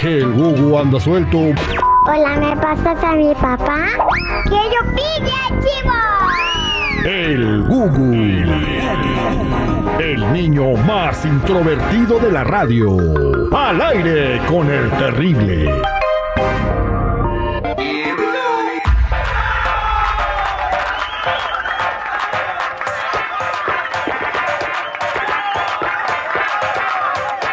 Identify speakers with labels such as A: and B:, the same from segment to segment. A: que el Gugu anda suelto.
B: Hola, ¿me pasas a mi papá? ¡Que yo pille, chivo!
A: El Gugu. El niño más introvertido de la radio. Al aire con el terrible.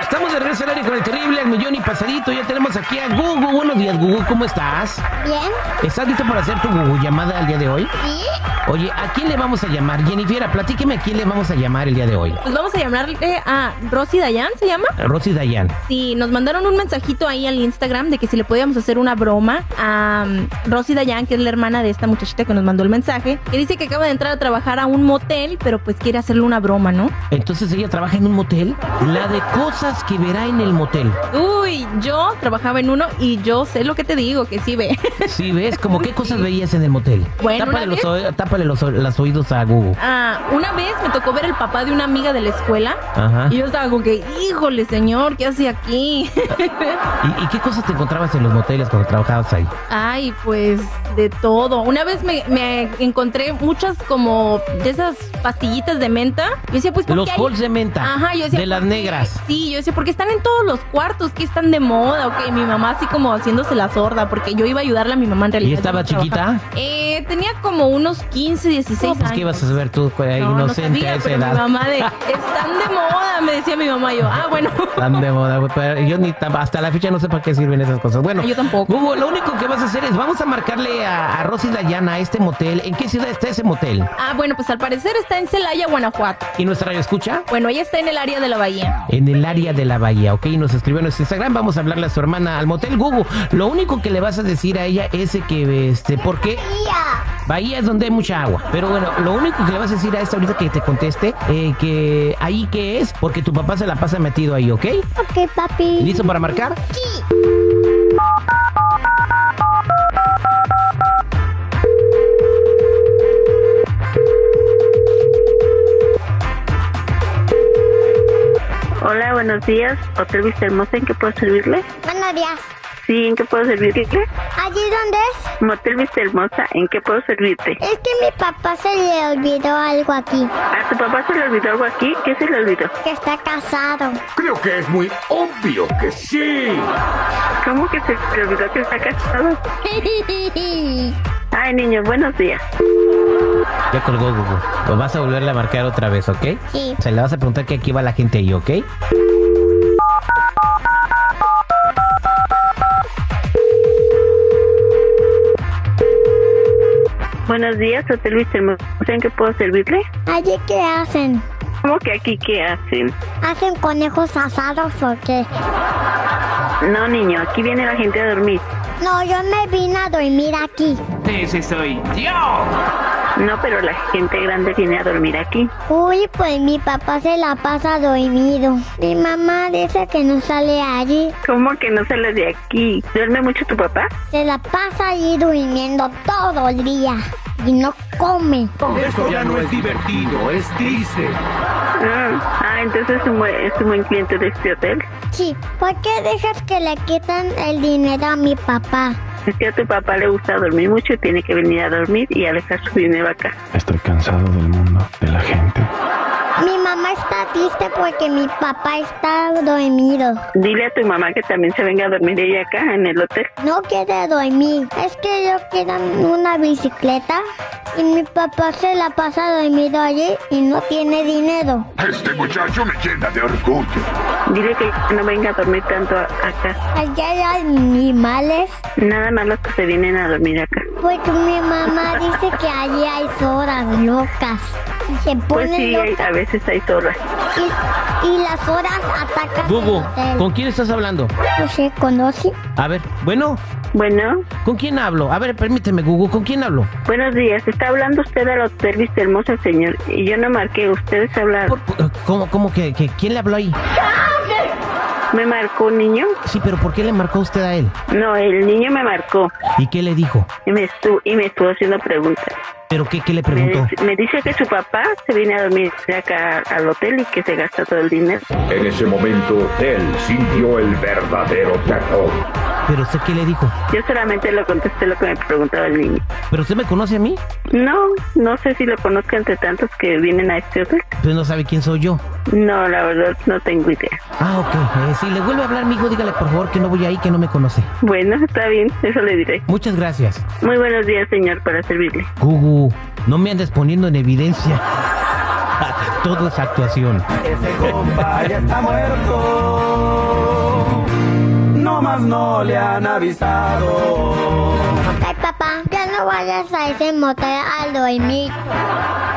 C: Estamos de regreso al aire con el terrible, al millón y pasadito. Ya tenemos aquí a Gugu. Buenos días, Gugu. ¿Cómo estás?
B: ¿Bien?
C: ¿Estás listo para hacer tu Gugu llamada al día de hoy?
B: ¿Sí?
C: Oye, ¿a quién le vamos a llamar? Jennifer, platíqueme a quién le vamos a llamar el día de hoy.
D: Pues vamos a llamarle a Rosy Dayan, ¿se llama?
C: Rosy Dayan.
D: Sí, nos mandaron un mensajito ahí al Instagram de que si le podíamos hacer una broma a mm, Rosy Dayan, que es la hermana de esta muchachita que nos mandó el mensaje, que dice que acaba de entrar a trabajar a un motel, pero pues quiere hacerle una broma, ¿no?
C: Entonces ella trabaja en un motel. La de cosas que verá en el motel.
D: Uy, yo trabajaba en uno y yo sé lo que te digo, que sí ve.
C: Sí, ves, como qué cosas veías en el motel.
D: Bueno,
C: tápale
D: una
C: los,
D: vez-
C: oe- tápale los, oe- las oídos a Gugu.
D: Ah, una vez me tocó ver el papá de una amiga de la escuela
C: Ajá.
D: y yo estaba como que, híjole, señor, ¿qué hace aquí?
C: ¿Y, y qué cosas te encontrabas en los moteles cuando trabajabas ahí?
D: Ay, pues de todo. Una vez me, me encontré muchas como de esas pastillitas de menta. Yo decía, pues ¿por
C: Los
D: qué hay-
C: halls de menta.
D: Ajá, yo decía,
C: De las
D: ¿por qué?
C: negras.
D: Sí, yo decía, porque están en todos los cuartos, que están de moda, o que mi mamá así como haciéndose la sorda, porque yo iba a ayudarle a mi mamá en realidad.
C: ¿Y estaba
D: yo no trabajaba.
C: chiquita?
D: Eh, tenía como unos 15, 16
C: No, pues
D: años.
C: qué ibas a saber tú, ahí
D: No, no
C: inocente
D: sabía,
C: a esa
D: pero
C: edad.
D: mi mamá de, están de moda, me decía mi mamá, yo, ah, bueno.
C: Tan de moda, güey, pero yo ni tam- hasta la fecha no sé para qué sirven esas cosas. Bueno,
D: Yo tampoco.
C: Hugo, lo único que vas a hacer es vamos a marcarle a, a Rosy Dayana a este motel. ¿En qué ciudad está ese motel?
D: Ah, bueno, pues al parecer está en Celaya, Guanajuato.
C: ¿Y nuestra radio escucha?
D: Bueno, ella está en el área de la bahía.
C: En el área de la bahía, ¿ok? Nos escribió en nuestro Instagram. Vamos a hablarle a su hermana al motel Gugu. Lo único que le vas a decir a ella es de que, este, porque
B: Tía.
C: Bahía es donde hay mucha agua. Pero bueno, lo único que le vas a decir a esta ahorita que te conteste, eh, que ahí que es, porque tu papá se la pasa metido ahí, ¿ok?
B: Ok, papi.
C: ¿Listo para marcar?
E: Hola, buenos días. Hotel Vista Hermosa, ¿en qué puedo servirle?
B: Buenos días.
E: Sí, ¿en qué puedo servirle?
B: ¿Allí dónde es?
E: Motel Vista Hermosa, ¿en qué puedo servirte?
B: Es que mi papá se le olvidó algo aquí.
E: ¿A tu papá se le olvidó algo aquí? ¿Qué se le olvidó?
B: Que está casado.
F: Creo que es muy obvio que sí.
E: ¿Cómo que se le olvidó que está casado? Ay, niño, buenos días.
C: Ya colgó Gugu. Lo vas a volverle a marcar otra vez, ¿ok?
B: Sí.
C: Se le vas a preguntar que aquí va la gente ahí, ¿ok?
E: Buenos días, Hotel Vista Hermosa, ¿en qué puedo servirle?
B: ¿Allí qué hacen?
E: ¿Cómo que aquí qué hacen?
B: ¿Hacen conejos asados o qué?
E: No, niño, aquí viene la gente a dormir.
B: No, yo me vine a dormir aquí.
G: Ese soy yo.
E: No, pero la gente grande viene a dormir aquí.
B: Uy, pues mi papá se la pasa dormido. Mi mamá dice que no sale allí.
E: ¿Cómo que no sale de aquí? ¿Duerme mucho tu papá?
B: Se la pasa allí durmiendo todo el día. Y no come.
F: Esto ya no es divertido, es triste.
E: Ah, ah, entonces es un buen- es un buen cliente de este hotel.
B: Sí, ¿por qué dejas que le quitan el dinero a mi papá?
E: Es que a tu papá le gusta dormir mucho y tiene que venir a dormir y a dejar su dinero acá.
H: Estoy cansado del mundo, de la gente.
B: Mi mamá está triste porque mi papá está dormido.
E: Dile a tu mamá que también se venga a dormir ella acá en el hotel.
B: No quiere dormir. Es que yo quiero una bicicleta y mi papá se la pasa dormido allí y no tiene dinero.
F: Este muchacho me llena de orgullo.
E: Dile que no venga a dormir tanto a- acá.
B: Allá hay animales.
E: Nada más los que se vienen a dormir acá.
B: Porque mi mamá dice que allí hay zorras locas. Y se
E: Pues
B: ponen
E: sí, hay-
B: locas
E: a veces hay zorras.
B: y, y las horas atacan.
C: Gugu,
B: el
C: ¿con
B: hotel.
C: quién estás hablando?
B: ¿Tú se conoce?
C: A ver, bueno,
E: Bueno,
C: ¿con quién hablo? A ver, permíteme, Gugu, ¿con quién hablo?
E: buenos días. Está hablando usted al hotel Vista Hermosa, señor. Y yo no marqué, ustedes hablaron.
C: Por- por- ¿Cómo, cómo que, que- quién le habló ahí?
E: Me marcó un niño.
C: Sí, pero ¿por qué le marcó usted a él?
E: No, el niño me marcó
C: ¿Y qué le dijo?
E: y me estuvo, y me estuvo haciendo preguntas.
C: ¿Pero qué, qué le
E: Me,
C: preguntó?
E: dice- me dice que su papá se viene a dormir acá al hotel y que se gasta todo el dinero.
F: En ese momento, él sintió el verdadero terror.
C: ¿Pero usted qué le dijo?
E: Yo solamente le contesté lo que me preguntaba el niño.
C: ¿Pero usted me conoce a mí?
E: No, no sé si lo conozco entre tantos que vienen a este hotel.
C: Pues no sabe quién soy yo.
E: No, la verdad no tengo idea.
C: Ah, ok. Eh, si le vuelve a hablar, mijo, dígale por favor que no voy ahí, que no me conoce.
E: Bueno, está bien, eso le diré.
C: Muchas gracias.
E: Muy buenos días, señor, para servirle.
C: Gugu, no me andes poniendo en evidencia. Todo es actuación.
B: Ay, papá, ya no vayas a ese motel a dormir.